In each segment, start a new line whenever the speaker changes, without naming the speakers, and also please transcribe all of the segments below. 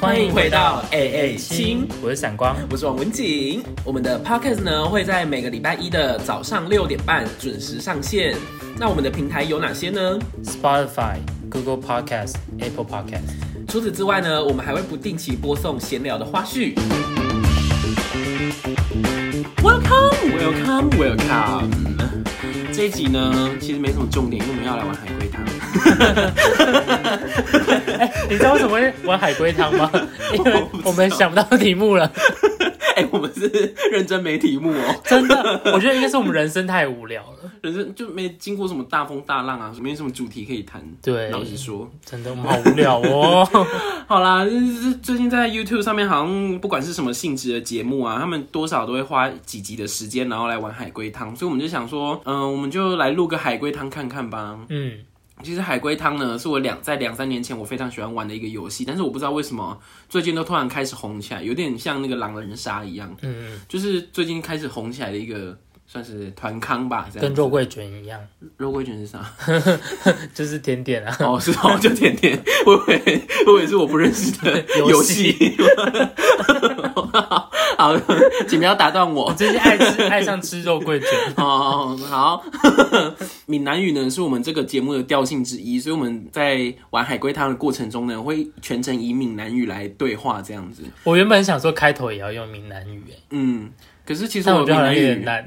欢迎回到 AA
哎亲
亲，，
我是闪光，
我是王文景。我们的 podcast 呢会在每个礼拜一的早上六点半准时上线。那我们的平台有哪些呢？
Spotify、Google Podcast、Apple Podcast。
除此之外呢，我们还会不定期播送闲聊的花絮。Welcome, welcome, welcome。这一集呢，其实没什么重点，因为我们要来玩海龟汤。
哎、你知道为什么会玩海龟汤 吗？因为我们想不到题目了，
哎、我们是认真没题目哦、
真的，我觉得应该是我们人生太无聊了。
人生就没经过什么大风大浪啊，没什么主题可以谈。
对
老实说，
真的，我们好无聊 哦。
好啦，就是最近在 YouTube 上面，好像不管是什么性质的节目啊，他们多少都会花几集的时间，然后来玩海龟汤。所以我们就想说，嗯、我们就来录个海龟汤看看吧。
嗯，
其实海龟汤呢，是我两在两三年前我非常喜欢玩的一个游戏，但是我不知道为什么最近都突然开始红起来，有点像那个狼人杀一样，
嗯，
就是最近开始红起来的一个算是团康吧，这样
跟肉桂卷一样，
肉桂卷是啥？
就是甜点 啊。
哦，是哦，就甜甜，我以为我以为是我不认识的 游
游
戏。 好，请不要打断我
我。最近爱 吃，爱上吃肉桂卷。
哦，好。闽南语呢是我们这个节目的调性之一，所以我们在玩海龟汤的过程中呢，会全程以闽南语来对话这样子。
我原本想说开头也要用闽南语，哎，
嗯，可是其实
但
我
我
闽
觉得好像
南
有点
语，
难，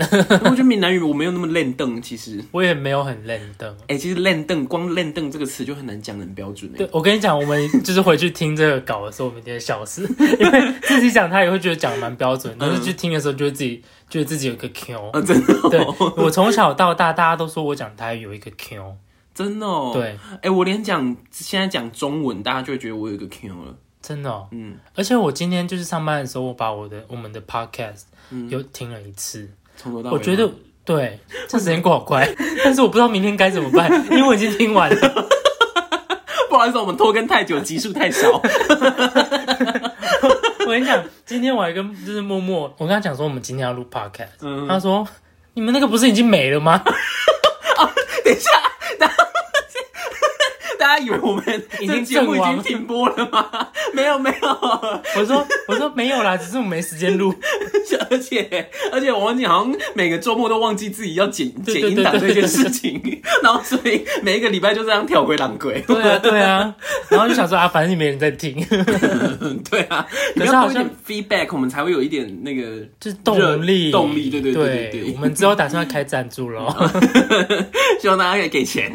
我觉得闽南语我没有那么练凳。其实，
我也没有很认真。
哎、其实练凳光练凳这个词就很难讲得很标准哎、
对，我跟你讲，我们就是回去听这个稿的时候，我们一定会笑死， 因为自己讲他也会觉得讲得蛮标准，但是去听的时候就会自己觉得自己有一个 Q。
嗯啊，真的、哦，
对，我从小到大，大家都说我讲台语有一个 Q。
真的、哦，。
对，
哎、我连讲现在讲中文，大家就会觉得我有一个 Q 了。
真的、哦。
嗯，
而且我今天就是上班的时候，我把我的我们的 podcast
嗯
又听了一次，
从头到尾
我
吗，
觉得对，这时间过好快， 但是我不知道明天该怎么办，因为我已经听完了，
不好意思，我们拖更太久，集数太少。
我跟你讲，今天我还跟就是默默，我跟他讲说我们今天要录 podcast，、
嗯
他说你们那个不是已经没了吗？
大家以为我们
已经
这节目已
阵
经
亡
停播了吗？ 没有没有，
我说我说没有啦，只是我没时间录。
而且而且王文静好像每个周末都忘记自己要剪
对
剪
对
音档
对
这
对
件事情， 然后所以每一个礼拜就这样跳回狼鬼。
对啊对啊，然后就想说啊，反正也没人在听，
对啊，
可是
你要
好
多一
像
点 feedback，我们才会有一点那个
就是动力
热动力对对
对
对对对
我们之后打算要开赞助 咯，
希望大家可以给 钱，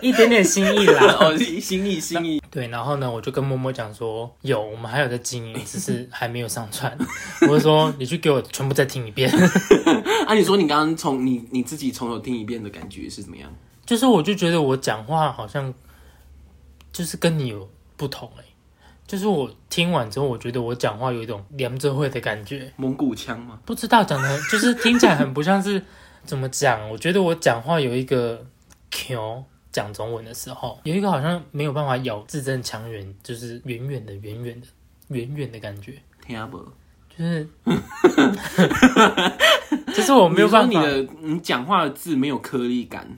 一点点心意啦。
哦，心意心 意。
对，然后呢，我就跟默默讲说，有我们还有在经营，只是还没有上传。 我就说你去给我全部再听一遍，
啊，你说你刚刚从你你自己从头听一遍的感觉是怎么样？
就是我就觉得我讲话好像就是跟你有不同哎、就是我听完之后，我觉得我讲话有一种连着会的感觉。
蒙古腔吗？
不知道讲的，就是听起来很不像是怎么讲。我觉得我讲话有一个 Q，讲中文的时候有一个好像没有办法咬字正腔圆，就是远远的、远远的、远远的感觉，
听不？
就是， 就是我哦没有办
你说
法，
你的你讲话的字没有颗粒感，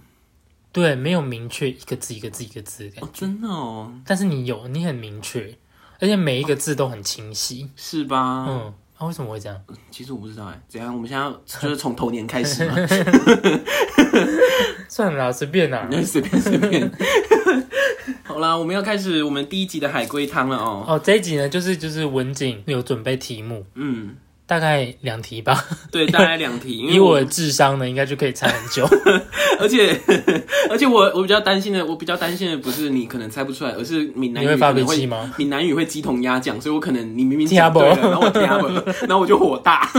对，没有明确一个字一个字一个字的感觉。
哦、真的哦，
但是你有，你很明确，而且每一个字都很清晰。
是吧？
嗯，啊，为什么会这样？
其实我不知道哎，怎样？我们现在要就是从头年开 始嘛，
算了啦，随便啦。
那随便随便。 好啦，我们要开始我们第一集的海龟汤了哦。
哦，这一集呢，就是就是文景有准备题目，
嗯，
大概两题吧。
对，大概两 题，因
以
为
我的智商呢，应该就可以猜很久。
而且而且我我比较担心的，我比较担心的不是你可能猜不出来，而是闽 南
你
语
会发
可
脾
能
气
会
吗？
闽南语会鸡同鸭讲，所以我可能你明明
听
讲
不
对了，然后我听不了，然后我就火大。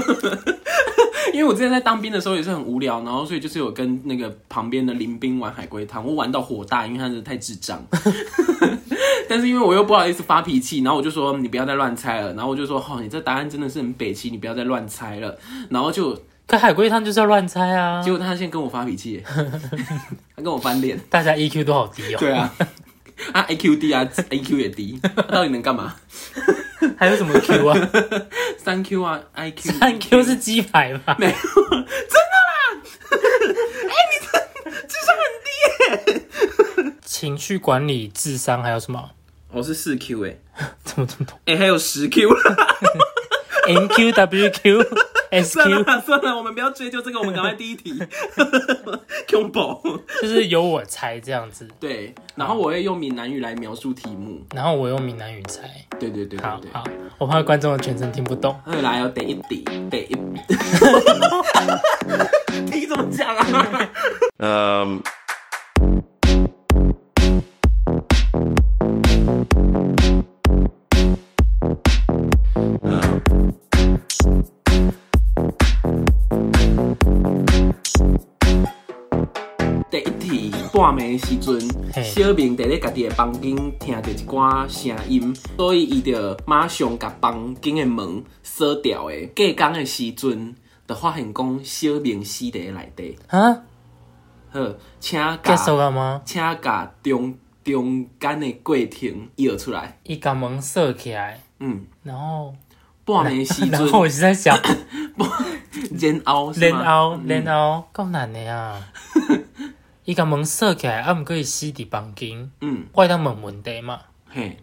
因为我之前在当兵的时候也是很无聊，然后所以就是有跟那个旁边的林兵玩海龟汤，我玩到火大，因为他真的太智障。 但是因为我又不好意思发脾气，然后我就说你不要再乱猜了，然后我就说哦，你这答案真的是很北齐，你不要再乱猜了。然后就
可海龟汤就是要乱猜啊
结！果他先跟我发脾气，他跟我翻脸。
大家 EQ E 都好低哦。
对啊，啊，IQ 低啊，IQ 也低，他到底能干嘛？
还有什么 Q 啊？
三 Q 啊，IQ
三 Q 是鸡排 吧？
没有，
哎情绪管理、智商还有什么？
我是四 Q 哎、
怎么这么多
哎、还有十 Q，
？NQ、WQ、
算
SQ，
了算了，我们不要追究这个，我们赶快第一题 ，combo
就是由我猜这样子，
对，然后我会用闽南语来描述题目，
然后我用闽南语猜。
对对对对
好
对。
好，我怕观众全程听不懂。
哎，来哦，得一滴，得 一，你怎么讲啊？
Um,
第一题半暝时阵，
嘿
小明在咧家己的房间听到一寡声音，所以伊就马上甲房间的门锁掉的。隔天的时阵，就发现讲小明死伫内底。
啊
好，请
结束
甲
了吗？
请甲中中间的过程摇出来。
伊把门锁起来，
嗯，
然后
半暝时
然后
阵，
我是在想，
然后 是吗嗯
然后然后够难的 啊！伊把门锁起来，啊，毋过伊死伫房间，
嗯。
我当问问题嘛。
嘿，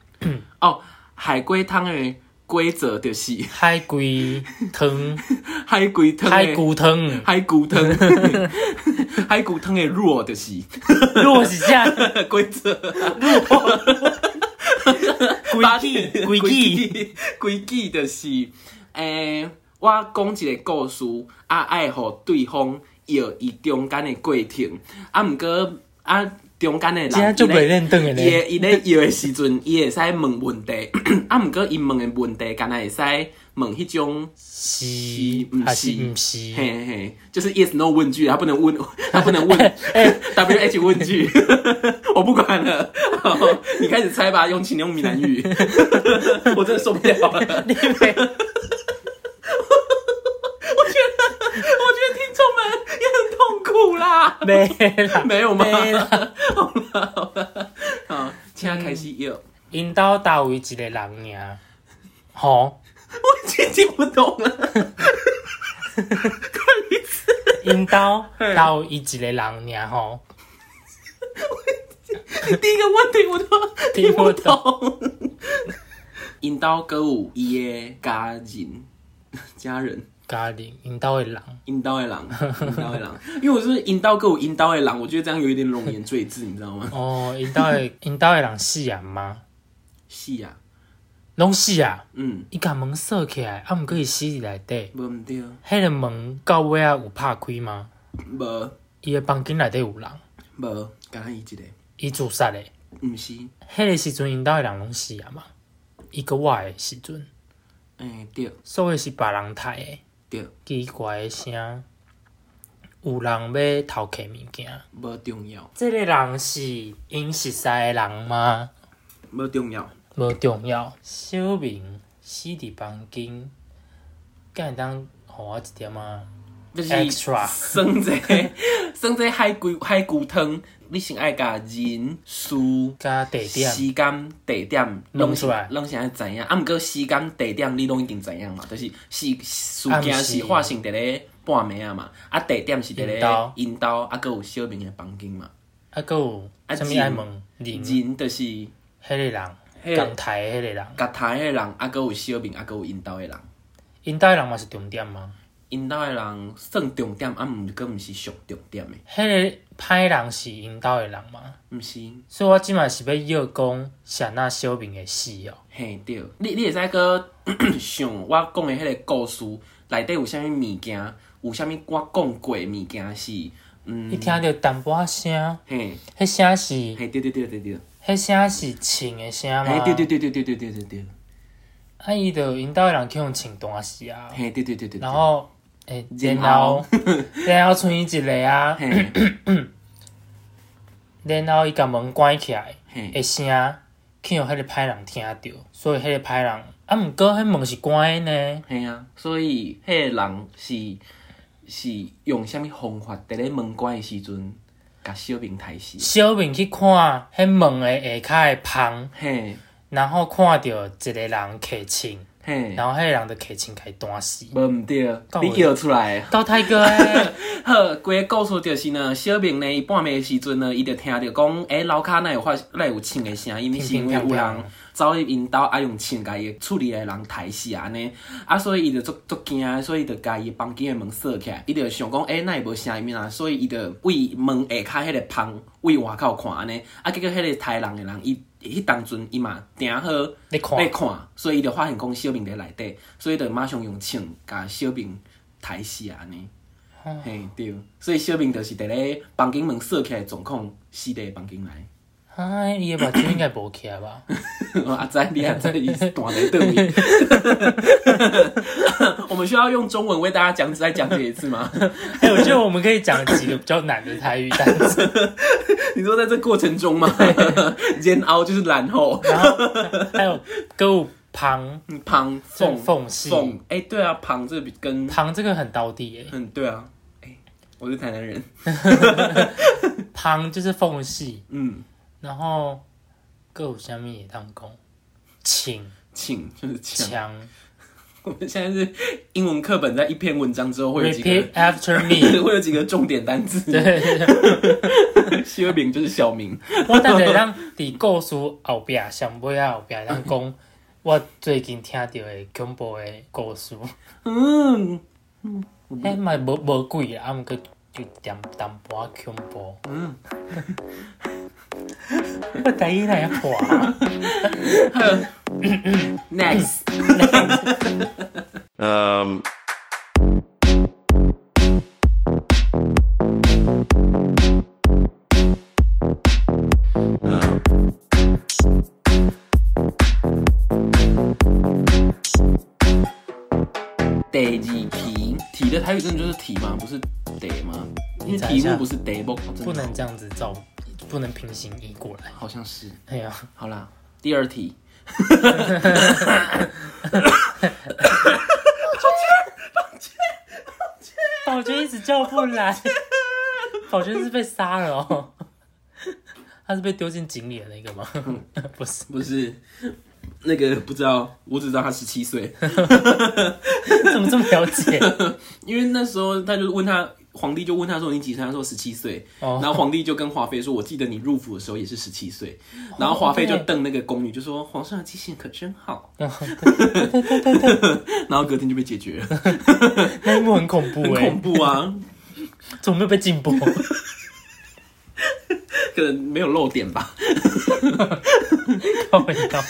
哦，海龟汤的规则就是
海龟汤，
海龟汤的
海骨 汤，
海骨汤，海骨汤的弱就是
若是这样，
规则
规矩规矩，
规矩就是诶、我讲一个故事，啊，爱互对方摇伊中间的过程，啊，毋过啊中间的人
今天就
他在
袂认真的
伊
呢。
的伊咧摇的时阵，伊会使问问题， 啊，毋过伊问的问题，敢若会使问迄种。
是
不是
还是毋是？
嘿嘿嘿，就是 yes no 问句，他不能问， 他不能问 W H 问句， 我不管了， 好你开始猜吧，用请用闽南语，我真的受不了了，我 觉得我觉得听众们也很痛苦啦，
没啦，
没有吗
啊没啦。
好了好了，好，现在开始有，
因兜倒位一个人尔，吼，
我已经听不懂了，
因兜倒位一个人尔吼，
你 第一个问题我都听不懂。因兜歌有伊的家人，家人，
家里因兜的人，
因兜 的人，因兜的人，因为我是因兜歌有因兜的人，我觉得这样有一点容颜赘字，你知道吗？
哦，因兜的 因兜的人死啊吗？
是啊，
拢死啊！
嗯，
伊甲门锁起来，啊，毋过伊死伫内底。
无毋对，
迄个门到尾啊有拍开吗？
无
伊的房间内底有人，
无，敢若伊一个，
伊自杀的。
毋是，
迄个时阵，因兜的人拢死啊嘛。伊个我的时阵，
诶、哎对
所以是别人杀的。
对，
奇怪的声，有人要偷摕物件。
无重要，
即、个人是因熟识的人吗？
无重要，
无重要。小明死伫房间，敢会当互我一点啊
就是
？extra
生者生者海龟海骨汤，你先爱甲人事
加地点，
时间、地点
弄
是
出来
拢是安知影。啊，毋过时间、地点你拢已经知影嘛，就是事事
暗
件
时
是发生伫咧半暝啊嘛，啊地点是伫
引
咧
导
引导，啊，佮有小明的房间嘛。
啊，搁有
啊
啥物
人
爱问人？迄
人就是
个人，
迄
共台迄个人，
甲台的人，啊，佮有小明，啊，佮有引导的人。
因兜的人嘛是重点吗？
引导的人算重点，啊，毋过毋是上重点的，
迄、个歹人是因兜的人吗？
毋是。
所以我即嘛是要要讲，谁那小明会死哦？
嘿，对，你你会使搁 想我讲的迄个故事内底有啥物物件，有啥物我讲过的物件是，嗯，
你听着淡薄仔声，
嘿，
迄声是
嘿，对对对对对。
迄声是穿的声
哎
吗？，
对对对对对对对对对，
啊，伊就引导人去用穿单死啊，
嘿，对对对对，
然后诶，
然
然后 然后剩伊一个啊，
嘿，
然后伊甲门关起来，
嘿
的声去用迄个歹人听到，所以迄个歹人啊，毋过迄门是关的呢，
嘿啊，所以迄个人是是用啥物方法伫咧门关的时阵，甲小明抬死。
小明去看迄门的下骹的芳，
嘿，
然后看到一个人客亲，
嘿，
然后迄个人就客亲开单死。
无毋对，啊
到
你
位
叫出来。啊
到泰哥诶，
好，规个故事就是呢，小明呢，伊半暝的时阵呢，伊就听着讲，诶、楼骹哪有发哪有枪的声音，是因为有人走入因兜啊，用枪甲伊厝里的人刣死安尼，啊，所以伊就足足惊的，所以就甲伊房间的门锁起来，伊就想讲，诶、哪会无声音啊？所以伊就为门下骹迄个窗为外口看安尼，啊，结果迄个刣人的人，伊迄当阵伊嘛定好。
你看，
咧看，所以伊就发现讲小明伫内底，所以就马上用枪甲小明刣死啊安尼。嘿、对，所以小明就是伫咧房间门锁起来的状况，死伫房间内。
哎，伊诶目睭应该无起来吧？
我啊知你啊知伊是断在对面。 我们需要用中文为大家讲再讲解一次吗？
哎，我觉得我们可以讲几个比较难的台语单词，
你说在这过程中吗？ 煎熬就是然后
然后还有歌舞旁
嗯旁
这
缝
缝隙，
缝，哎、对啊，旁这比跟
旁这个很到地耶，
嗯对啊，哎、我是台南人，
旁就是缝隙，
嗯，
然后歌舞下面也当工，请
请就是请。
强
我们现在是英文课本，在一篇文章之后会有几个
，repeat after me。
会有几个重点单字。
对，
小明就是小明，
我等下咱伫故事后壁上尾啊后壁咱讲我最近听到的恐怖的故事。
嗯
迄嘛无无贵啊，啊毋过就点淡薄仔恐怖。嗯， 我第一来破，
，nice。
Um,
d 几题？题的台语真的就是题吗？不是 d 吗？因为题目不是 d 不哦
不能这样子照，不能平行移过来。
好像是。
哎呀，
好啦，第二题。
宝娟一直叫不来，宝娟是被杀了哦。他是被丢进井里的那个吗？
嗯
不是，
不是那个不知道，我只知道他十七岁，
怎么这么了解？
因为那时候他就问他。皇帝就问他说：“你几岁？”他说：“十七岁。”
哦
然后皇帝就跟华妃说：“我记得你入府的时候也是十七岁。”然后华妃就瞪那个宫女，就说：“皇上的记性可真好。” 然后隔天就被解决了，
那一幕很恐怖
很
哎、
恐怖啊！
怎么没有被禁播？
可能没有漏点吧。
靠北到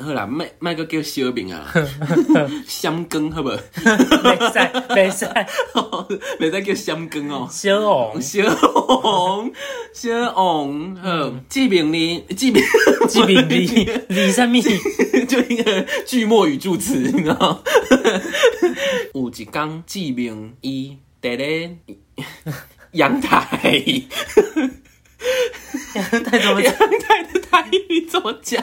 好啦，卖卖个叫小饼啊，香羹好不好？
没赛没赛，
没再叫香羹哦。
小红
小红，小红，好，这边呢，这边
纪炳 李李什么？
就一个句末语助词，你知道？ 有一天，志明伊在咧 阳台，
太怎么
阳台的台语怎么讲？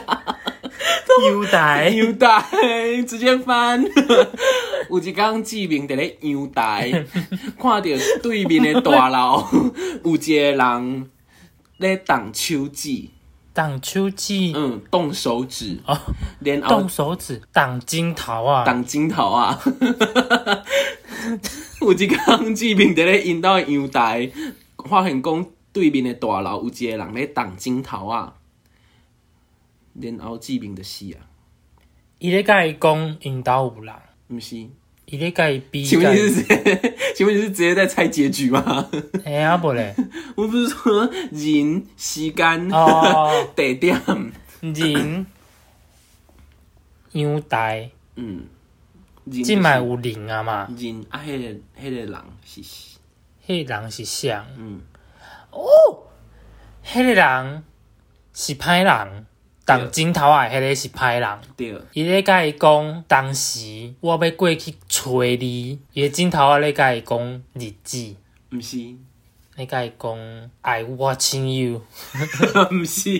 优待？
阳台直接翻。有一天，志明在咧阳台， 看到对面的大楼有一个人咧动手指，
挡秋季，
嗯，动手指，
哦
然后
动手指，挡金桃啊，
当金头啊！ 有一天，志明伫咧引导阳台，发现讲对面的大楼有一个人咧当金头啊，然后志明就死啊，
伊咧甲伊讲引导有人，
毋是？
伊咧甲伊逼
请问
甲
你是直接？请问你是直接在猜结 局吗？
哎呀无咧，
我不是说人、时间、
哦
地点，
人阳台，
嗯，人
即卖有人啊嘛，
人啊，迄、个迄、个人是是
迄人是啥？
嗯，
迄个人是歹人，挡金头啊，迄个是歹人。
对。
伊咧甲伊讲，当时我要过去找你，伊的镜头啊咧甲伊讲日子，
毋是，
咧甲伊讲哎 I watching you，
毋是，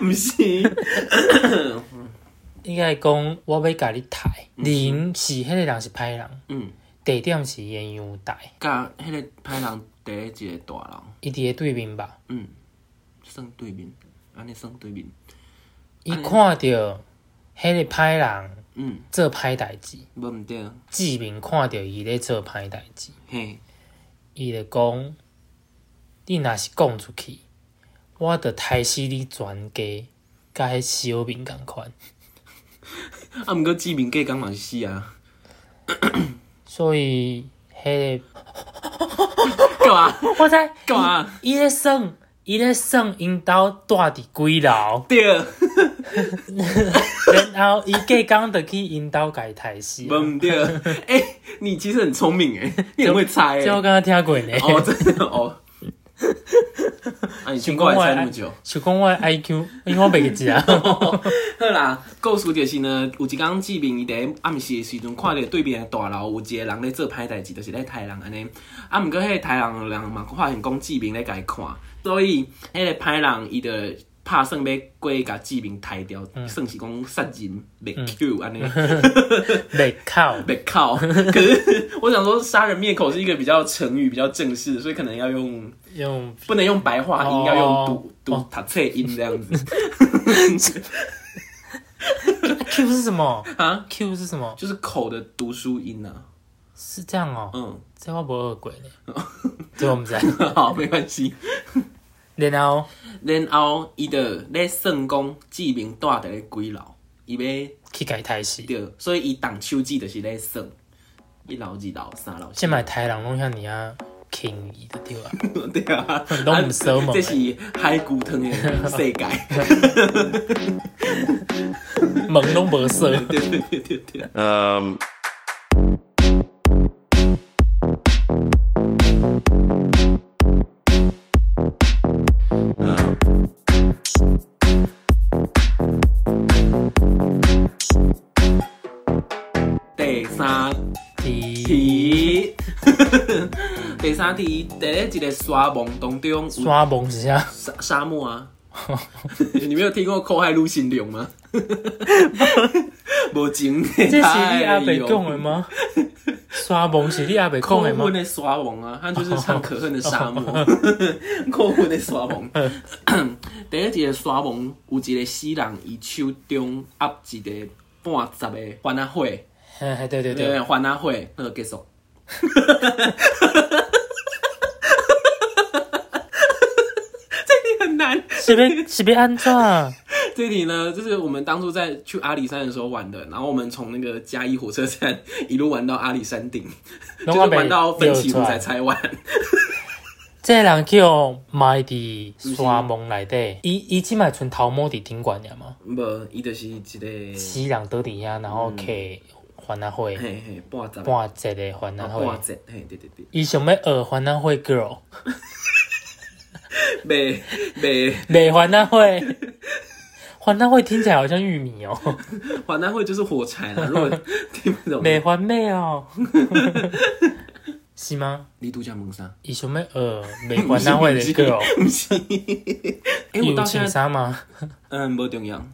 毋是，
伊甲伊讲我要甲你抬。人是迄个人是歹人，
嗯。
地点是伊的阳台，
甲迄个歹人第一一个大人，
伊伫诶对面吧，
嗯，算对面，安尼算对面，
伊看着迄个歹人
嗯，
做歹代志，
无毋对，
志明看着伊咧做歹代志，
嘿，
伊就讲：你若是讲出去，我着杀死你全家，甲迄小明共款。
啊，毋过志明计讲嘛是死啊，
所以迄、
干嘛？
个我知
干嘛？，
伊咧算，伊咧算因兜住伫几楼
对，
然后伊隔工着去因兜家杀死。
无毋对， 哎、你其实很聪明哎，你很会猜
这我
哎，
刚刚听过呢，
哦，真的哦，啊，你先过来猜那么久。
想讲我的 IQ，因为我袂记啊。
好啦，故事就是呢，有一工志明伊伫暗时的时阵，看着对面的大楼有一个人咧做歹代志，就是咧杀人安尼。啊，毋过迄个杀人的人嘛，发现讲志明咧家看，所以迄个歹人伊就拍算要过甲志明杀掉，算是讲杀人灭口安尼。
袂靠，
被靠，可是我想说，杀人灭口是一个比较成语、比较正式的，所以可能要用
用
不能用白话音，
哦
要用读读
哦
读册音这样子
Q 是什么
啊，
？Q 是什么？
就是口的读书音啊，
是这样哦、
嗯。 哦
这我无学过呢，这我毋知。
好，没关系。
然后
然后伊就咧算讲志明住伫咧几楼，伊要
去家杀死，
着，所以伊动手指就是咧算一楼、二楼、三楼。
即卖杀人拢遐尼啊轻易的对 啊，
对啊，
拢毋熟门
这是海骨汤的世界。
门拢无锁。
对对对对对。
Um,
第三
伫
题，第三题，伫咧一个沙漠当中有
山梦是啥？
沙沙漠啊。你没有听过《寇海陆行龙》吗？无情的
这是
太
你阿伯
阳
讲的吗？山梦是你阿伯
扣
讲的吗哦
分？的沙王啊，他就是唱可恨的沙漠， 扣分的沙王。 第一集的沙王有一个死人，伊手中压一个半十的番仔火，
嘿嘿，对对
对，啊
对，
番仔火，那个结束。 这里很难。
是要是要安怎？
这里呢，就是我们当初在去阿里山的时候玩的，然后我们从那个嘉义火车站一路玩到阿里山顶，就
拢
是
我袂
玩到奋起湖才
来。
拆完。
这个人哦叫埋伫山梦内底，伊伊即卖剩头毛伫顶悬尔嘛？
无，伊就是一个。
死人倒伫遐，然后揢番仔花。
嗯嘿嘿，半十，啊
半截的番仔花
半，十，嘿，对对 对，
伊想要学番仔花 girl，
袂袂，
袂番仔花，番仔花听起来好像玉米哦，
华南会就是火柴 啦，如果听不懂，
袂番妹 哦，是吗？
你度假蒙啥？
伊想要学袂番仔花的哦 girl，
不 是，
伊
哎，我
有
到现
穿
在，
衫吗？
嗯，无 重要。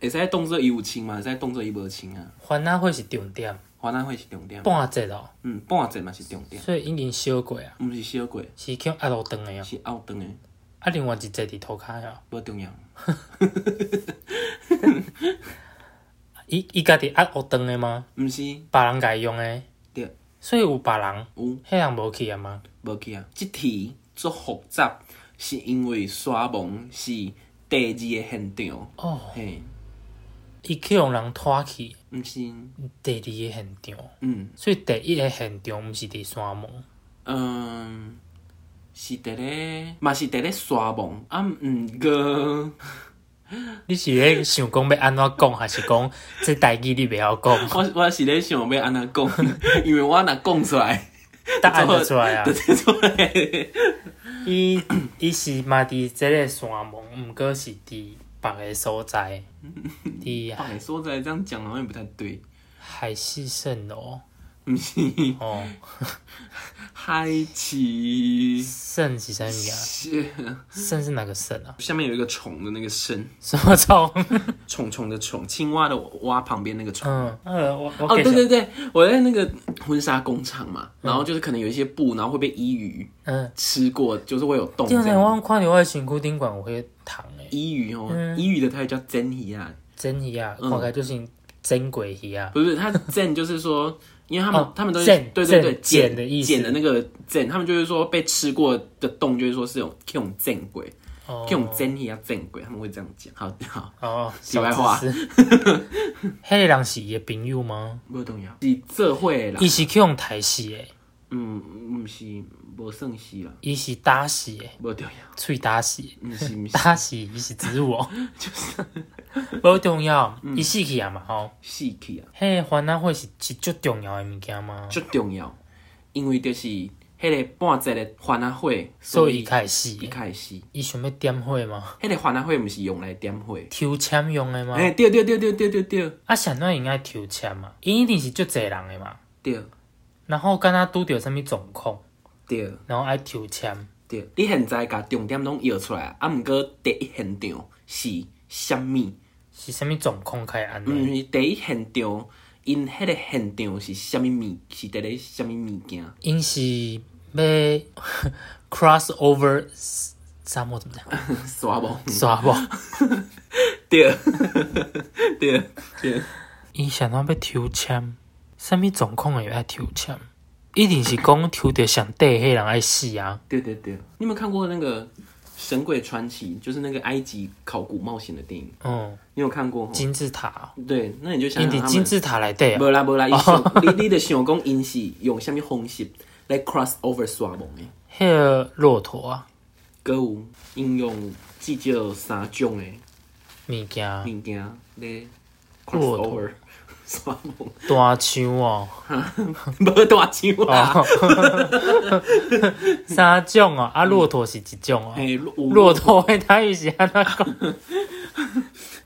会使动作伊有穿嘛，会使动作伊无穿啊。
番仔花是重点，
华南会是重点，
半截哦，
嗯，半折嘛是重点，
所以已经烧过啊，
毋是小过，
是叫压路长的哦，
是后长的，
啊另外一截伫涂骹哦，
无重要。
伊伊家己压路长的吗？
毋是，
别人家用的，
对，
所以有别人，
有
迄人无去啊吗？
无去啊。即题足复杂，是因为沙蒙是第二个现场，
哦，
嘿，
伊去互人拖去。
毋是。
第二个现场，
嗯
所以第一个现场毋是伫山门，
嗯，是伫咧，嘛是伫咧沙漠啊，毋过
你是咧想讲要安怎讲，还是 讲这代志你袂晓讲，
我我是咧想要安怎讲， 因为我若讲出来，
答案就出来啊
就。出来。
伊伊是嘛伫即个山门，毋过是伫别个所在，伫
哦哎，说起来这样讲好像也不太对。
海市蜃楼，哦，
嗨起，
肾几三米啊？
谢
肾是哪个肾啊？
下面有一个虫的那个声，
什么虫？
虫虫的虫，青蛙的蛙旁边那个虫。
嗯呃，我我
哦，
给
对
小
对对，我在那个婚纱工厂嘛，然后就是可能有一些布，然后会被衣鱼
嗯，
吃过，就是会有洞这
第二年啊我
样。
忘看到我的身躯顶管有迄虫诶，
衣鱼哦，
嗯
衣鱼的台语叫真鱼啊，
真鱼啊，看起来就是真鬼鱼啊。
不是，他 zen 就是说，因为他们、
哦
他们都是
zen，
对对
zen，
对
剪的意思
剪的那个 zen，他们就是说被吃过的洞，就是说是有这种 zen 鬼，
哦
这种 zen 也要 zen 啊鬼，他们会这样讲。好好，
哦，
题外话
小知 识。迄个人是伊的朋友吗？
不重要，是这会啦
伊，是去用台死诶，
嗯，不是，不算是啦，
伊是打死诶，
不重要，
喙打死 的，
不是不是
打死伊是指 我，就是无重要，
嗯
伊死去啊嘛吼。
死去啊，
迄个番仔会是是足重要的物件吗？
最重要，因为就是迄个半截的番仔火，
所以伊开始死的，
一开始，
伊想要点火吗？
迄个番仔火毋是用来点火，
抽签用的吗？
哎，对对对对对对对
啊，上哪应该抽签嘛？伊一定是足侪人的嘛。
对
然后敢若拄着啥物状况，
对。
然后爱抽签。
对，你现在甲重点拢摇出来，啊，毋过第一现场是啥物？
是啥物状况开安尼？
毋是第一现场，因迄个现场是啥物物？是伫咧啥物物件？
因是要 cross over 沙漠怎么讲？
刷无？
沙漠。
对，对，对，
伊想到要抽签，啥物状况会爱抽签？一定是讲抽着上底迄人爱死啊！
对对对。你有没有看过那个《神鬼传奇》？就是那个埃及考古冒险的电影，
嗯，
你有看过吼？
金字塔、哦，
对，那你就想
因
想
伫
他
金
们。
字塔内底啊
无。啦无啦，伊想你你就想讲，因是用啥物方式来 cross over 刷网的？
迄个骆驼啊，
歌有应用至少三种诶
物件，啊
物件咧
骆
cross
驼
over 山梦，
大象哦，
无大啊象啦，
三种哦，啊，骆驼是一种哦。
嘿骆
骆驼的台语是安怎讲？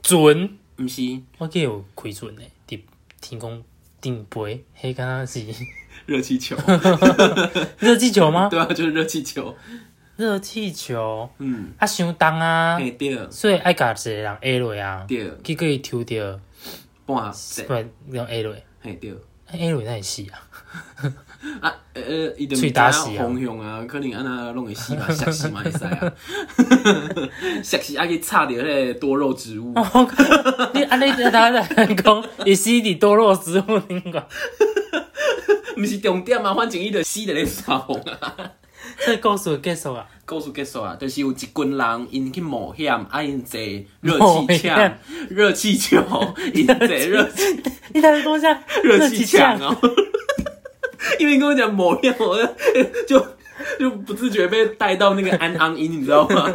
船，
毋是
我记得有开船的，伫天空顶飞，迄敢若是
热气球，
热气球吗？
对啊，就是热气球，
热气球
嗯，
啊，伤重啊，
嘿对
所以爱甲一个人下落啊，
对，
结果伊抽着，
半
不
折，
然用下落，
嘿对，
啊下落哪会死啊？
啊呃呃，伊就
喙打死啊
方向啊，可能安那弄会死吧，摔死嘛会 使啊，摔死啊去插着迄个多肉植物，
你安尼在他在讲，伊死伫多肉植物顶管，
毋是重点啊，反正伊就死伫咧沙红啊。
这故事结束啊，
故事结束啊，就是有一群人因去冒险，啊因坐热
冒
气枪
险、
啊热气球，因坐 热气
你在讲啥？
热气
枪啊
枪哦。因为你跟我讲冒险，我就就不自觉被带到那个安安音，你知道 吗？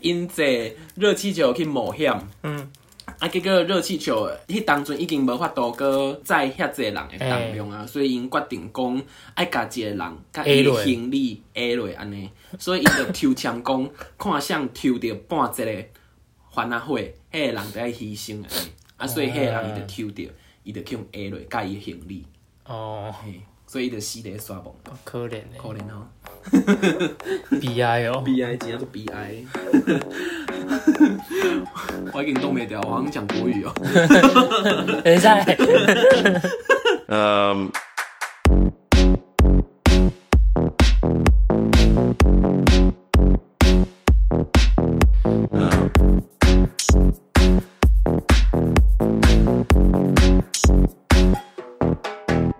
因坐热气球去冒险，
嗯，
啊，结果热气球迄当阵已经无法度搁载遐济人的重量啊，所以因决定讲爱家一个人甲伊的行李下落安尼，所以伊就抽签讲，看谁抽着半截的番仔火，迄个人就爱牺牲安尼，啊，所以迄个人伊就抽着，伊就去用下落甲伊的行李，
哦，
嘿，所以伊就死伫沙漠，
可怜的，
可怜哦吼，
悲哀哦。
悲哀真正是悲哀， 我已经冻袂掉，我好像讲国语哦、
等一下，
Um,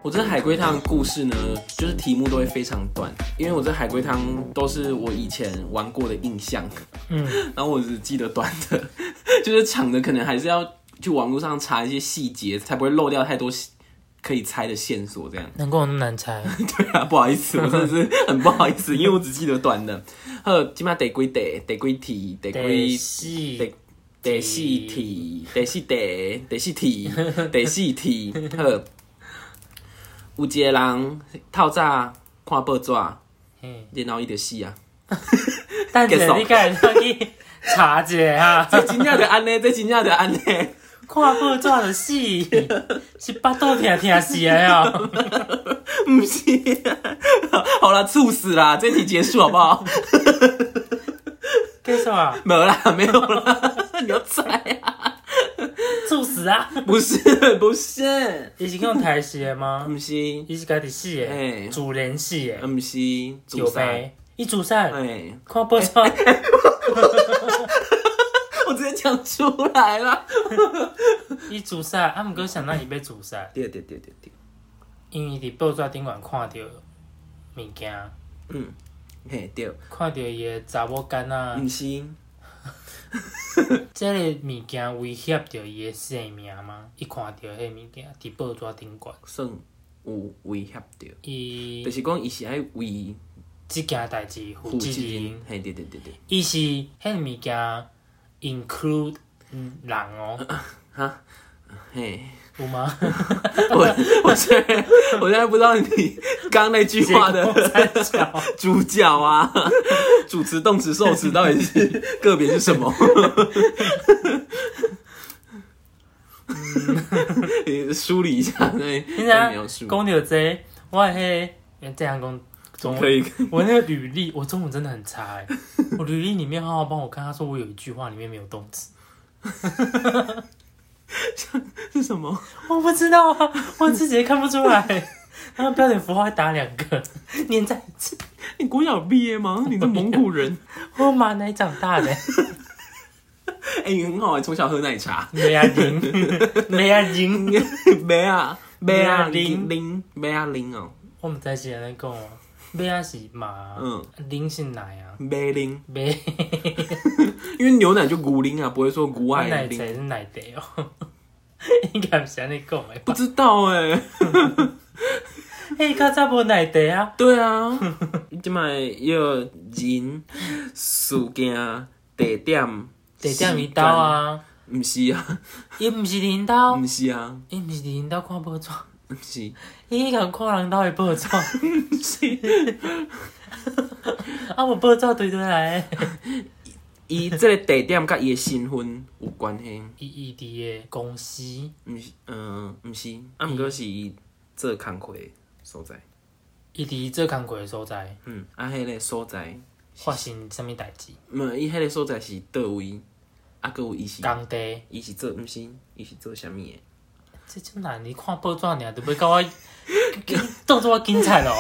我这海龟汤的故事呢，就是题目都会非常短，因为我这海龟汤都是我以前玩过的印象，
嗯，
然后我只记得短的， 就是长的可能还是要去网络上查一些细节，才不会漏掉太多可以猜的线索。这样，
能够那么难猜，
对啊，不好意思，我真的是很不好意思，因为我只记得短的。呃，起码得几得得几题，得
得
几
是
第第四题，第四题，第四题，第四题。好，有一个人透早看报纸，
嗯，
然后伊就死啊。
但是
结束
你敢会去查一下啊？
这真正就安尼，这真正就安尼。
看报纸的死， 是巴肚疼疼死的 哦。
不是、好了，猝死啦！这题结束好不好？
继续啊，
没啦，没有啦，你要猜啊？
猝死啊！
不是，不是，
伊是用台死的吗？
不是，
伊是家己死
嘿
的，主人死的，
不是，
有
自杀。哎、
呗？伊嗯自嗯杀，看报纸，
我直接讲出来了。
伊自杀，啊，毋过想到伊要自杀，
对对对对对，
因为伫报纸顶悬看到物件，
嗯，嘿对，
看到伊的查某囡仔。
不是，
即个物件威胁到伊的性命吗？伊看到迄物件伫报纸顶悬，
算有威胁到，就
伊
是讲伊是爱为
即件代志负
负
责
责
任
任。。嘿对对对对，
伊是迄物件 include
嗯
人 哦，
嘿。
有吗？
我我现在我现在不知道你刚刚那句话的
三角
主角啊，主词、动词、受词到底是个别是什么？ 你梳理一下，对，
你知
再
影
描述
讲到这个我迄、个诶这样讲中
可
文，
以
我那个履历，我中文真的很差哎。我履历里面好好帮我看，他说我有一句话里面没有动词，
是什么？
我不知道啊，我自己也看不出来。 然后标点符号还打两个，粘在一起。
你国小毕业吗？你是蒙古人？
我马奶长大的，
哎、你很好啊，从小喝奶茶。
没啊零，没啊零。
没啊，
没
没啊，
啊
零零没啊零哦，
我们在一起安尼讲哦，马啊是马，
嗯，
零是奶啊，
没零，
马
因为牛奶就古零啊，不会说古
我
爱
奶
零
茶。是奶茶哦。 应该不是安尼讲的
不
吧？
知道哎、
嘿，较早无奶茶啊。
对啊，即摆要人、事件、地点、
地点伊兜啊，
时间，毋是啊，
伊毋是恁兜，
毋是啊，
伊毋是伫恁兜看报纸，
毋是，
伊去共看人兜的报 纸，
毋是，
啊无报纸对对来的，
伊即个地点甲伊的身份有关系，
伊伊伫的公司，
毋是，嗯、毋是，啊，毋过是伊做工课的所在，
伊伫做工课的所在
嗯，啊，迄、个所在，
发生啥物代志，
毋，伊迄个所在是倒位，啊，佮有伊是，
工地，
伊是做，毋是，伊是做啥物的？
这种人你看报纸尔，就要甲 我当做我警察咯，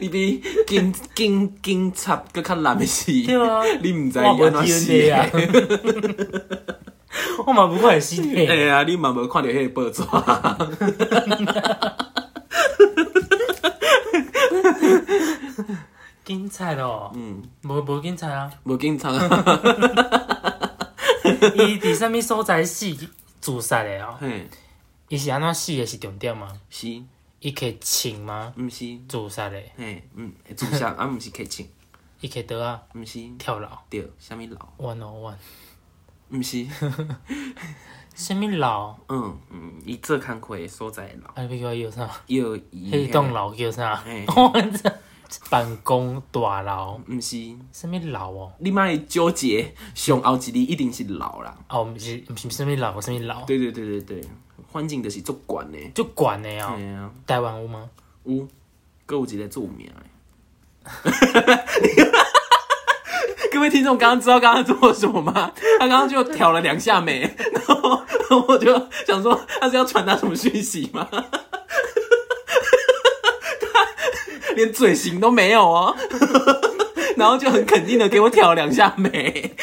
你比警警警察佫较难的是，
对啊，
你毋知伊
我无
安怎死的
DNA 啊。 我嘛无看死
哎、
体，
呀，你嘛无看到迄个报纸啊？
警察咯，
嗯，
无无警察啊！
无警察啊？
伊伫啥物所在死自杀的哦？
嘿，
伊是安怎死的是重点吗？
是，
伊去穿吗？
毋是？
自杀的，
嘿，嗯，自杀啊，毋是客情，
伊去倒啊
毋是
跳楼
对，啥物楼？
，one on one，
毋是，
什物楼？
嗯嗯，伊做工课的所在的楼，
啊，你要叫啥？
又伊
迄栋楼叫啥
嗯 嘿？
我知办公大楼，
毋是，
什物楼哦？
你莫纠结，上后一日一定是楼啦。
哦，毋是毋是什物楼，什物楼？
对对对对对，环境就是足悬的。
就管的哦。
嘿啊，
台湾有吗？
有，搁有一个著名的。 各位听众刚刚知道刚刚做了什么吗？他刚刚就挑了两下眉，然后然后我就想说他是要传达什么讯息吗？ 他连嘴型都没有哦，然后就很肯定的给我挑了两下眉。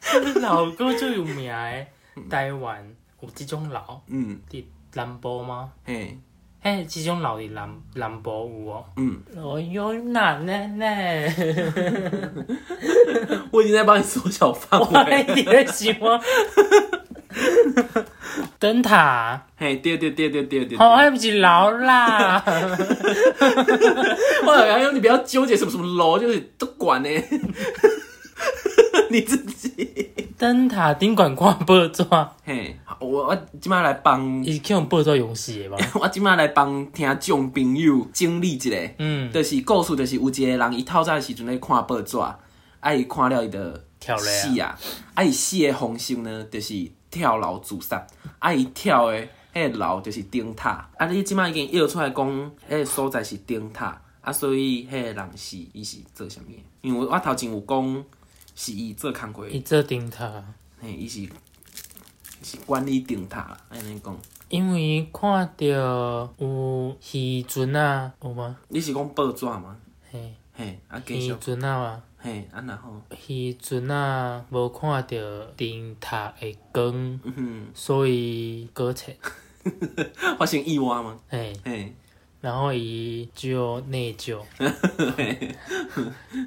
什物楼歌最有名的？台湾有即种楼
嗯，
伫南部吗？
嘿，
嘿，即种楼伫南南部有哦。
嗯，
哦哟，奶奶奶，
我已经在帮你缩小范
我
围。
一点喜 欢。灯塔，
嘿，对对对对对对。
好，还不是楼啦。
我想要你不要纠结什么什么楼，就是都管呢、 你自己。
灯塔顶管看报纸，啊
嘿，我我今麦来帮，
伊去用报纸用死的吧？
我今麦来帮听众朋友整理一下，
嗯，
就是故事，就是有一个人伊透早的时阵咧看报纸，啊伊看了伊的
跳嘞啊
死啊！啊，伊死的方式呢，就是跳楼自杀。啊，伊跳的迄个楼就是灯塔。啊，你即摆已经摇出来讲，迄个所在是灯塔。啊，所以迄个人是伊是做啥物的？因为我头前有讲是伊做工过，
伊这顶他，
嘿，伊是是管理灯塔啦，安尼讲。
因为看到有鱼船啊，有吗？
你是讲报纸吗？
嘿，
嘿，啊，继
鱼
续，
船啊嘛，
嘿，啊，然后，
鱼船啊无看到灯塔的光，
嗯
所以搁浅，
哼，发生意外吗？
嘿，
嘿，
然后伊就内疚，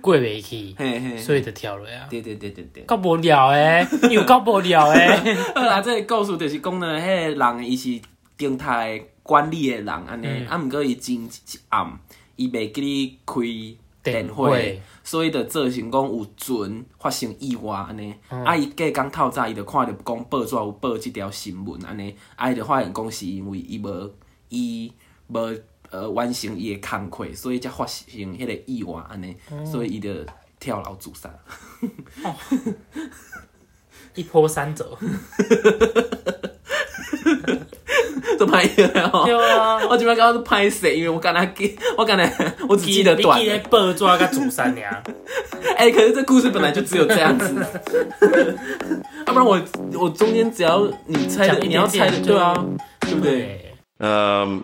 过袂去，
嘿嘿，
所以就跳落啊。
对对对对对。
够无聊诶，你有够无聊诶。
好啦，即个故事就是讲呢，迄个人伊是顶台管理的人安尼，
嗯
啊，毋过伊真暗，伊袂记你开电
电
话
话，
所以就造成讲有船发生意外安尼。
嗯
啊，伊隔天透早伊就看着讲报纸有报即条新闻安尼，啊，伊就发现讲是因为伊无伊无呃完成伊的工课，所以才发生迄个意外安尼，
嗯
所以伊就跳楼自杀。
一波三折。
这歹了哦。
对啊，
我即摆感觉是歹势，因为我刚才记，我刚才 我只记得短
你记。得报纸甲主三俩，
哎、可是这故事本来就只有这样子， 要、不然我我中间只要你猜的，
讲一点点
你要猜的，
就
对啊，对不对？
对，
Um,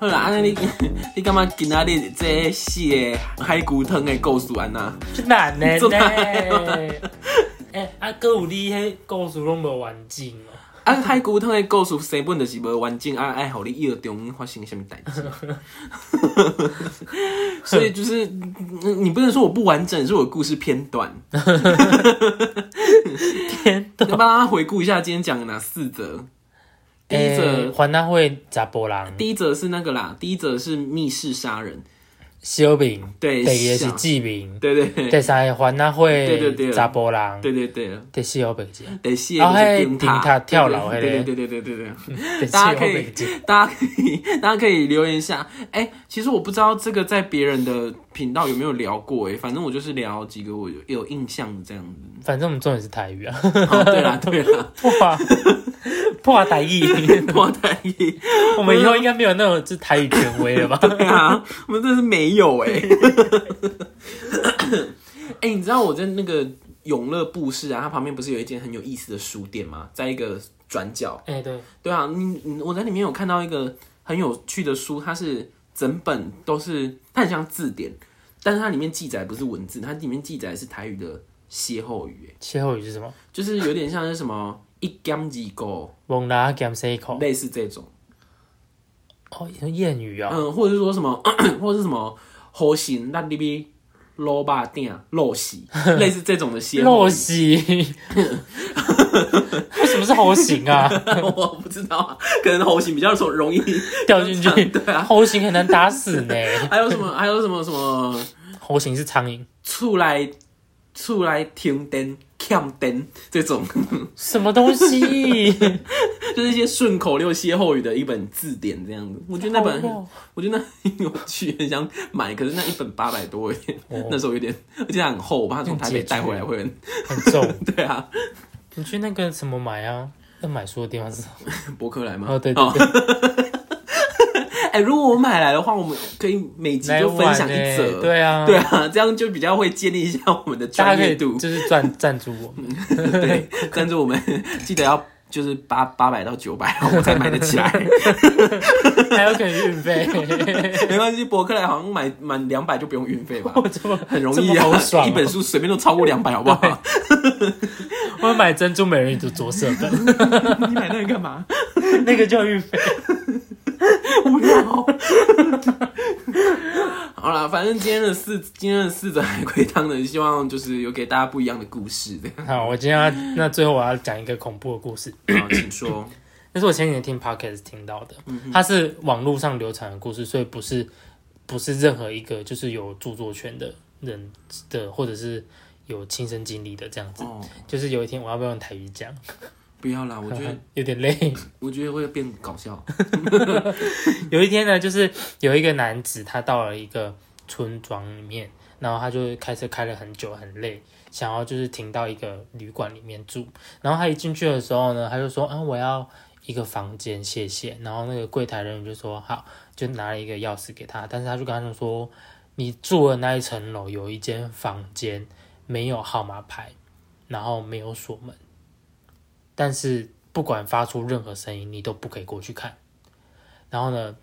好啦，安尼你 你感觉今仔日这四个海骨汤的故事安那？
真难呢
真
呢
难。
诶，啊，搁有你迄故事拢无完整哦。
啊，海骨汤的故事生本就是无完整，啊，爱互你意料中间发生什么代志。 所以就是嗯你不能说我不完整，是我的故事偏 短。
天
要帮大家回顾一下今天讲的哪四则。第一则，
环大会查甫人，
第一则是那个啦，第一则是密室杀人，
小明，
对
第二个
小
是志明，
对对对
第三个环大
对对
会
对
查甫人，
对对对。
第四个北 京，
第四
哦
个就是
嘿
灯
灯塔跳楼
对
那个
对对对对对对对。
第四 个
大家可以
北京。，
大家可以，大家可以留言一下。哎、其实我不知道这个在别人的频道有没有聊过、哎，反正我就是聊几个我有有印象的这样子。
反正我们重点是台语啊，
哦、对啦，对啦，
破破台语，
破台语。
我们以后应该没有那种就是台语权威 了吧？
对啊，我们真的是没有哎、欸。 哎、你知道我在那个永乐布市啊，它旁边不是有一间很有意思的书店吗？在一个转角。
哎、对，
对啊，你你我在里面有看到一个很有趣的书，它是整本都是它很像字典，但是它里面记载不是文字，它里面记载是台语的歇后语、欸，
歇后语是什么？
就是有点像是什么一干几勾，
蒙拉咸西口
类似这种。
哦，谚语啊、
嗯，或者是说什么，或者是什么猴形那里边肉吧店肉席，类似这种的歇后
肉
语，
席， 为什么是猴形 啊？
我不知道啊，可能猴形比较容容易。
掉进去，
对啊
猴形很难打死呢。
还有什么？还有什么什么
猴形是苍蝇，
出来出来停灯。欠灯这种，
什么东西？
就是一些顺口溜、歇后语的一本字典这样子。我觉 得那本
好妙，
我觉得那很有趣，很想买。可是那一 本八百多，有点
哦
那时候有点，而且它很厚，我怕从台北带回来会很。
很重。
对啊，
你去那个什么买啊？那买书的地方是什么？
博客来吗？
哦，对对对，
哎、如果我买来的话，我们可以每集
来
就分
玩
享一
欸
则、
对啊，
对啊，这样就比较会建立一下我们的
大家
专
可以
业度。
就是赞赞助我们，
对，但是我 们记得要就是八八百到九百，我才买得 起来。
还有可以运 费。
没关系，博客来好像买满两百就不用运 费吧。
我这么
很容
这
易
么
啊，
豪爽哦
一本书随便都超过 两百，好不好？
我买珍珠美人鱼的着色本，
你买那个干嘛？
那个叫运 费。
不要。 好啦，反正今天的四今天的四则海龟汤呢，希望就是有给大家不一样的故事 的。
好，我今天要那最后我要讲一个恐怖的故事，
好，请说。
那是我前几天听 podcast 听到的，
嗯
它是网络上流传的故事，所以不是不是任何一个就是有著作权的人的或者是有亲身经历的这样子。
哦，
就是有一天我要不要用台语讲？
不要啦，我觉得
有点累。
我觉得会变搞笑。
有一天呢，就是有一个男子，他到了一个村庄里面，然后他就开车开了很久，很累，想要就是停到一个旅馆里面住。然后他一进去的时候呢，他就说：“啊，我要一个房间，谢谢。”然后那个柜台人员就说：“好。”就拿了一个钥匙给他，但是他就跟他说：“你住的那一层楼有一间房间没有号码牌，然后没有锁门，但是不管发出任何声音，你都不可以过去看。”然后呢，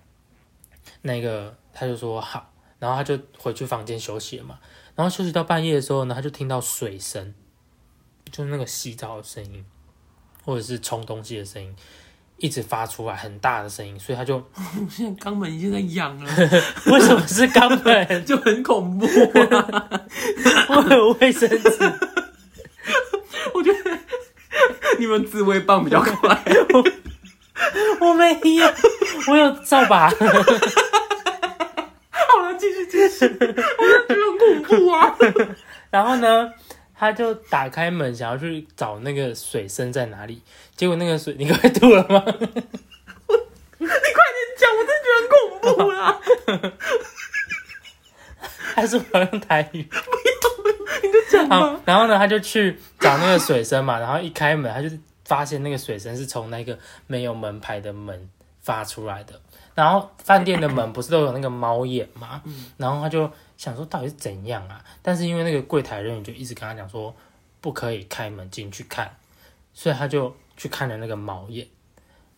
那个他就说好，然后他就回去房间休息了嘛。然后休息到半夜的时候呢，他就听到水声，就是那个洗澡的声音，或者是冲东西的声音，一直发出来很大的声音，所以他就
我现在肛门已经在痒了，
为什么是肛 门？
就很恐怖、啊
我有卫生纸，
你们自慰棒比较快，
我没有，我有扫把。
好了，继续继续， 我就觉得很恐怖啊。
然后呢，他就打开门想要去找那个水声在哪里，结果那个水，你快 吐了吗？
你快点讲，我真的觉得很恐怖啦！
还是我要用台语？
你就讲吧。
好，然后呢，他就去找那个水声嘛， 然后一开门，他就发现那个水声是从那个没有门牌的门发出来的。然后饭店的门不是都有那个猫眼嘛，
嗯
然后他就想说到底是怎样啊？但是因为那个柜台人员就一直跟他讲说不可以开门进去看，所以他就去看了那个猫眼，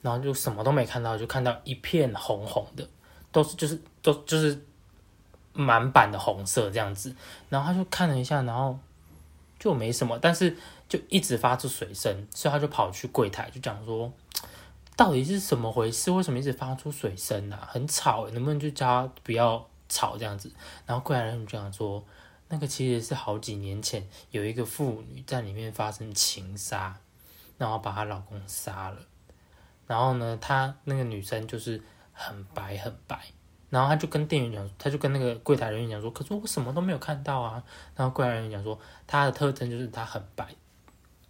然后就什么都没看到，就看到一片红红的，都是就是都就是满版的红色这样子。然后他就看了一下，然后就没什么，但是就一直发出水声，所以他就跑去柜台就讲说，到底是什么回事？为什么一直发出水声啊？很吵欸，能不能就叫他不要吵这样子？然后柜台人就讲说，那个其实是好几年前有一个妇女在里面发生情杀，然后把她老公杀了，然后呢，她那个女生就是很白很白。然后她就跟店员讲，她就跟那个柜台人员讲说：“可是我什么都没有看到啊。”然后柜台人员讲说：“它的特征就是它很白，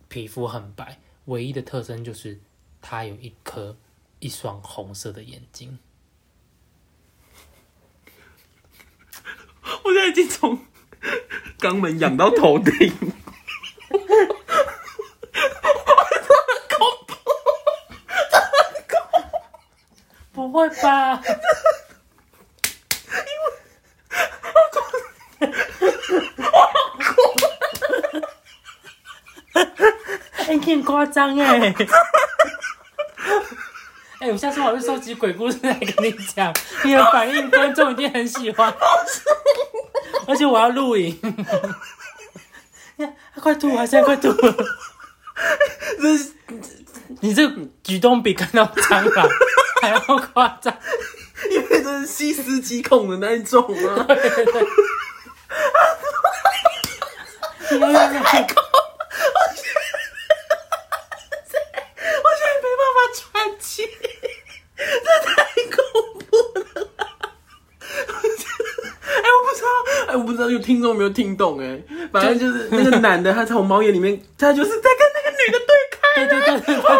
皮肤很白，唯一的特征就是它有一颗一双红色的眼睛。
我现在已经从肛门痒到头顶。
不会吧？哎、你很夸张哎！哎、我下次我会收集鬼故事来跟你讲，你的反应观众一定很喜欢，而且我要录影。啊快吐啊！现在快吐了！
这是
你这举动比看到蟑螂啊还要夸张。
因为这是细思极恐的那一种啊！
你要用那个
我现在没办法喘气，这太恐怖了啦！哎、我不知道，哎、我不知道有听众有没有听懂哎、反正就是那个男的，他从猫眼里面，他就是在跟那个女的对看。
对对对对对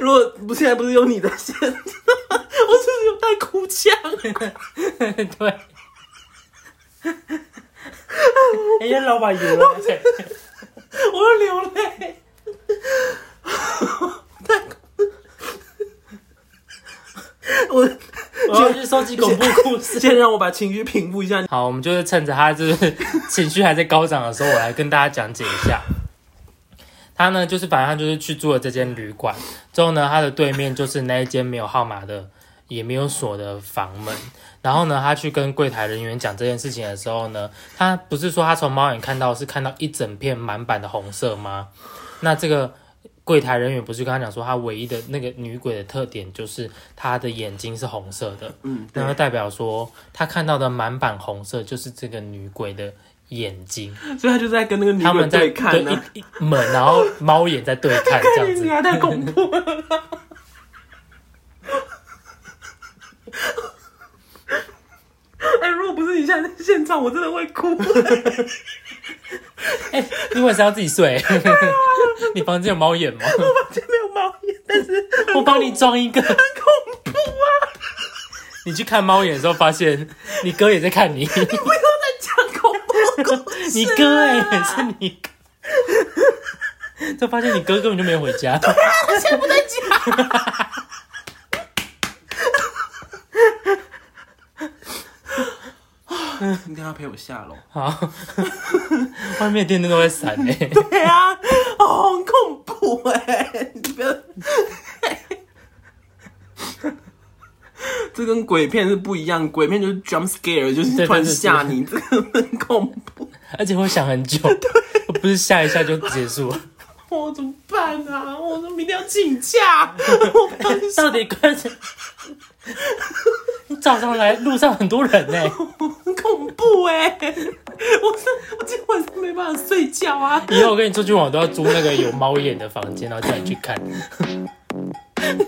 如果不现在不是有你的线，我是不是有带哭腔？
对对对。哎呀，老板有了，
我要流泪。太恐我
我要去收集恐怖故事。
先让我把情绪平复一下。
好，我们就是趁着他就是 情绪还在高涨的时候，我来跟大家讲解一下。他呢，就是反正他就是去住了这间旅馆，之后呢，他的对面就是那一间没有号码的，也没有锁的房门。然后呢，他去跟柜台人员讲这件事情的时候呢，他不是说他从猫眼看到是看到一整片满版的红色吗？那这个柜台人员不是跟他讲说，他唯一的那个女鬼的特点就是她的眼睛是红色的，
嗯，
那就代表说他看到的满版红色就是这个女鬼的眼 睛，
所以他就在跟那个女
他
鬼
们在
对看啊呢、
对一一门，然后猫眼在对看这 样
你啊
子。
还太恐怖了。哎下现场，我真的会哭。
你晚上要自己睡？ 你房间有猫 眼吗？
这没有猫眼，但是
我帮你装一个。
恐怖啊！
你去看猫眼的时候，发现你哥也在看 你，
不要再讲恐怖故事了
你哥哎、是你哥，就发现你哥根本就没有回家。
我现在不在家。你等一下陪我下楼。
好，外面的电灯都在闪哎、
对啊，好恐怖哎、你不要。这跟鬼片是不一样，鬼片就是 jump scare，就是
对
突然
对对
吓你，这个很恐怖，
而且会想很 久，不是吓一下就结束了。
我怎么办啊？我说明天要请假，我 不要去
到底关键？你早上来路上很多人呢、
很恐怖哎、我是我今天晚上没办法睡觉啊，
以后我跟你出去玩，我都要租那个有猫眼的房间，然后叫你去看。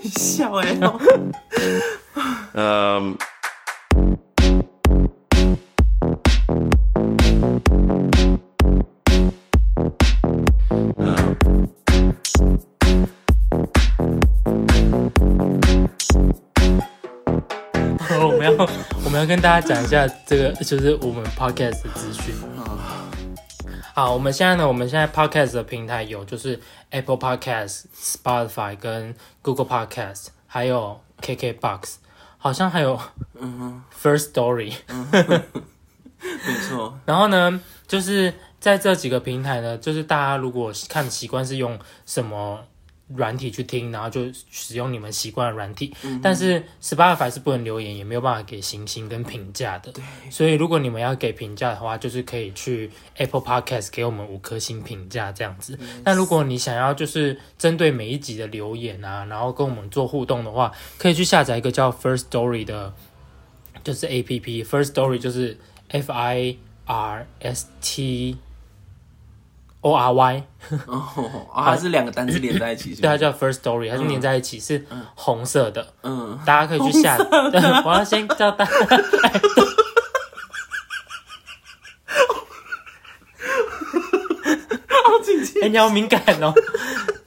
笑哎、
Um,
哦我们要我们要跟大家讲一下这个，就是我们 podcast 的资讯。好，我们现在呢，我们现在 podcast 的平台有就是 Apple Podcast、Spotify 跟 Google Podcast，还有 KKBox，好像还有 First Story。
没错，
然后呢，就是在这几个平台呢，就是大家如果看习惯是用什么软体去听，然后就使用你们习惯的软体。但是 Spotify 是不能留言，也没有办法给星星跟评价的。所以如果你们要给评价的话，就是可以去 Apple Podcast 给我们五颗星评价这样子。那如果你想要就是针对每一集的留言啊，然后跟我们做互动的话，可以去下载一个叫 First Story 的，就是 A P P。First Story 就是 F I R S T O R Y，
哦，啊，它是两个单字连在一起，是
对，啊它叫
吧？
First Story，它就连在一起，是红色的。
嗯，
大家可以去下。对，我要先叫大家。
好紧张
哎、你好敏感哦。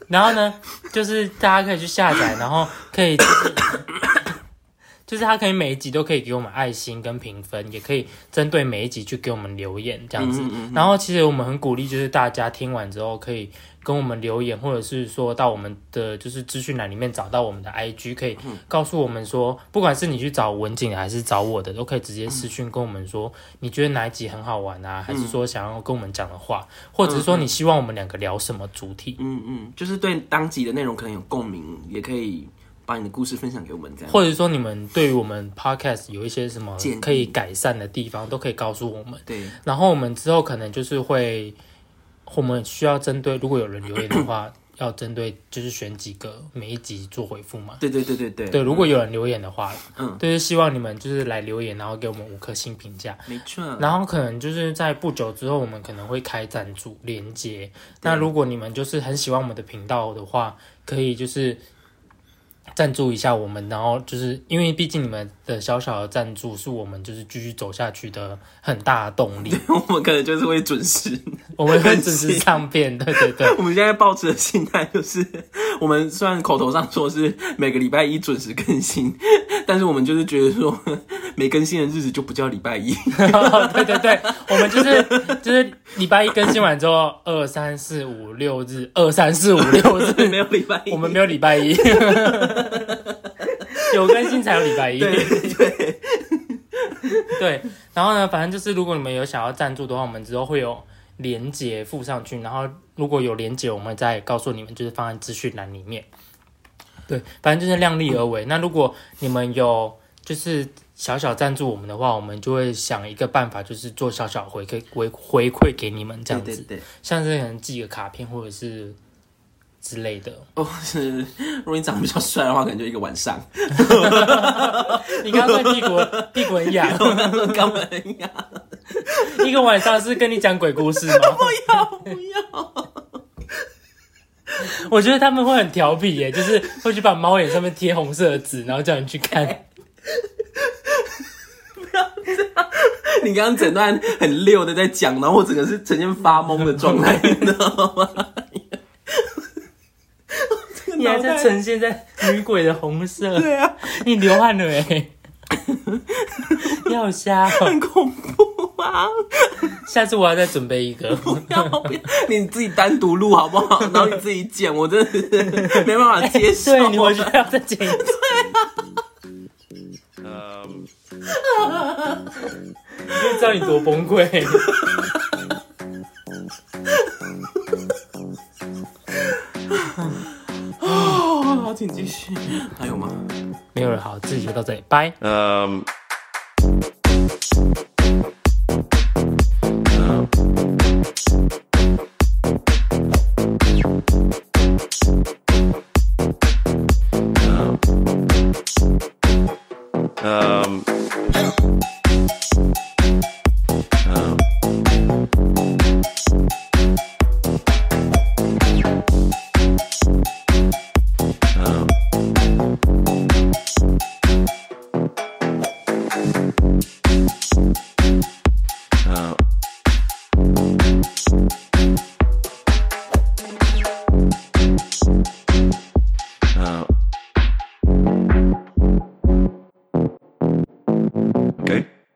然后呢，就是大家可以去下载，然后可以、 就是，就是它可以每一集都可以给我们爱心跟评分，也可以针对每一集去给我们留言这样
嗯
子。然后其实我们很鼓励，就是大家听完之后可以跟我们留言，或者是说到我们的就是资讯栏里面找到我们的 IG，可以告诉我们说，不管是你去找文景的还是找我的，都可以直接私讯跟我们说，你觉得哪一集很好玩啊，还是说想要跟我们讲的话，或者是说你希望我们两个聊什么主题，
嗯嗯，就是对当集的内容可能有共鸣，也可以把你的故事分享给我们，这样。
或者说你们对于我们 podcast 有一些什么
建议
可以改善的地方，都可以告诉我们。
对，
然后我们之后可能就是会，我们需要针对如果有人留言的话，要针对就是选几个每一集做回复嘛。
对对对对对，
对，如果有人留言的话，
嗯，
就是希望你们就是来留言，然后给我们五颗星评价。
没错，
然后可能就是在不久之后，我们可能会开赞助连接。那如果你们就是很喜欢我们的频道的话，可以就是赞助一下我们，然后就是因为毕竟你们的小小的赞助是我们就是继续走下去的很大的动力。
我们可能就是会准时。
我们会准时上片，对对对。
我们现在抱持的心态就是， 我们虽然口头上说是每个礼拜一准时更新， 但是我们就是觉得说， 没更新的日子就不叫礼拜一。
哦对对对，我们就是就是礼拜一更新完之后，二三四五六日，二三四五六日，
没有礼拜一，
我们没有礼拜 一，有更新才有礼拜一。
对对，
对，然后呢，反正就是如果你们有想要赞助的话，我们之后会有连接附上去，然后如果有连接，我们再告诉你们，就是放在资讯栏里面。对，反正就是量力而为。那如果你们有就是小小赞助我们的话，我们就会想一个办法，就是做小小回馈回回馈给你们这样子，
对对对。
像是可能寄个卡片或者是之类的。
哦，是，如果你长得比较帅的话，可能就一个晚上，
你刚刚对屁股屁股很痒，
干嘛呀？
一个晚上是跟你讲鬼故事吗？
不要不要，
我觉得他们会很调皮耶，就是会去把猫眼上面贴红
哎
色的纸，然后叫你去看。
你刚刚整段很溜的在讲，然后我整个是呈现发懵的状态，你 知道吗？这个
你还
脑
在
袋
呈现在女鬼的红色，
对啊，
你流汗了哎， 要瞎哦、
很恐怖啊！
下次我要再准备一个。
不要不要，你自己单独录好不好？然后你自己剪，我真的 是没办法接受。
对你回去要再剪一次。你就知道你多崩溃。
哦，好，请继续。还有吗？
没有了，好，这集就到这里，拜。
Um. Um.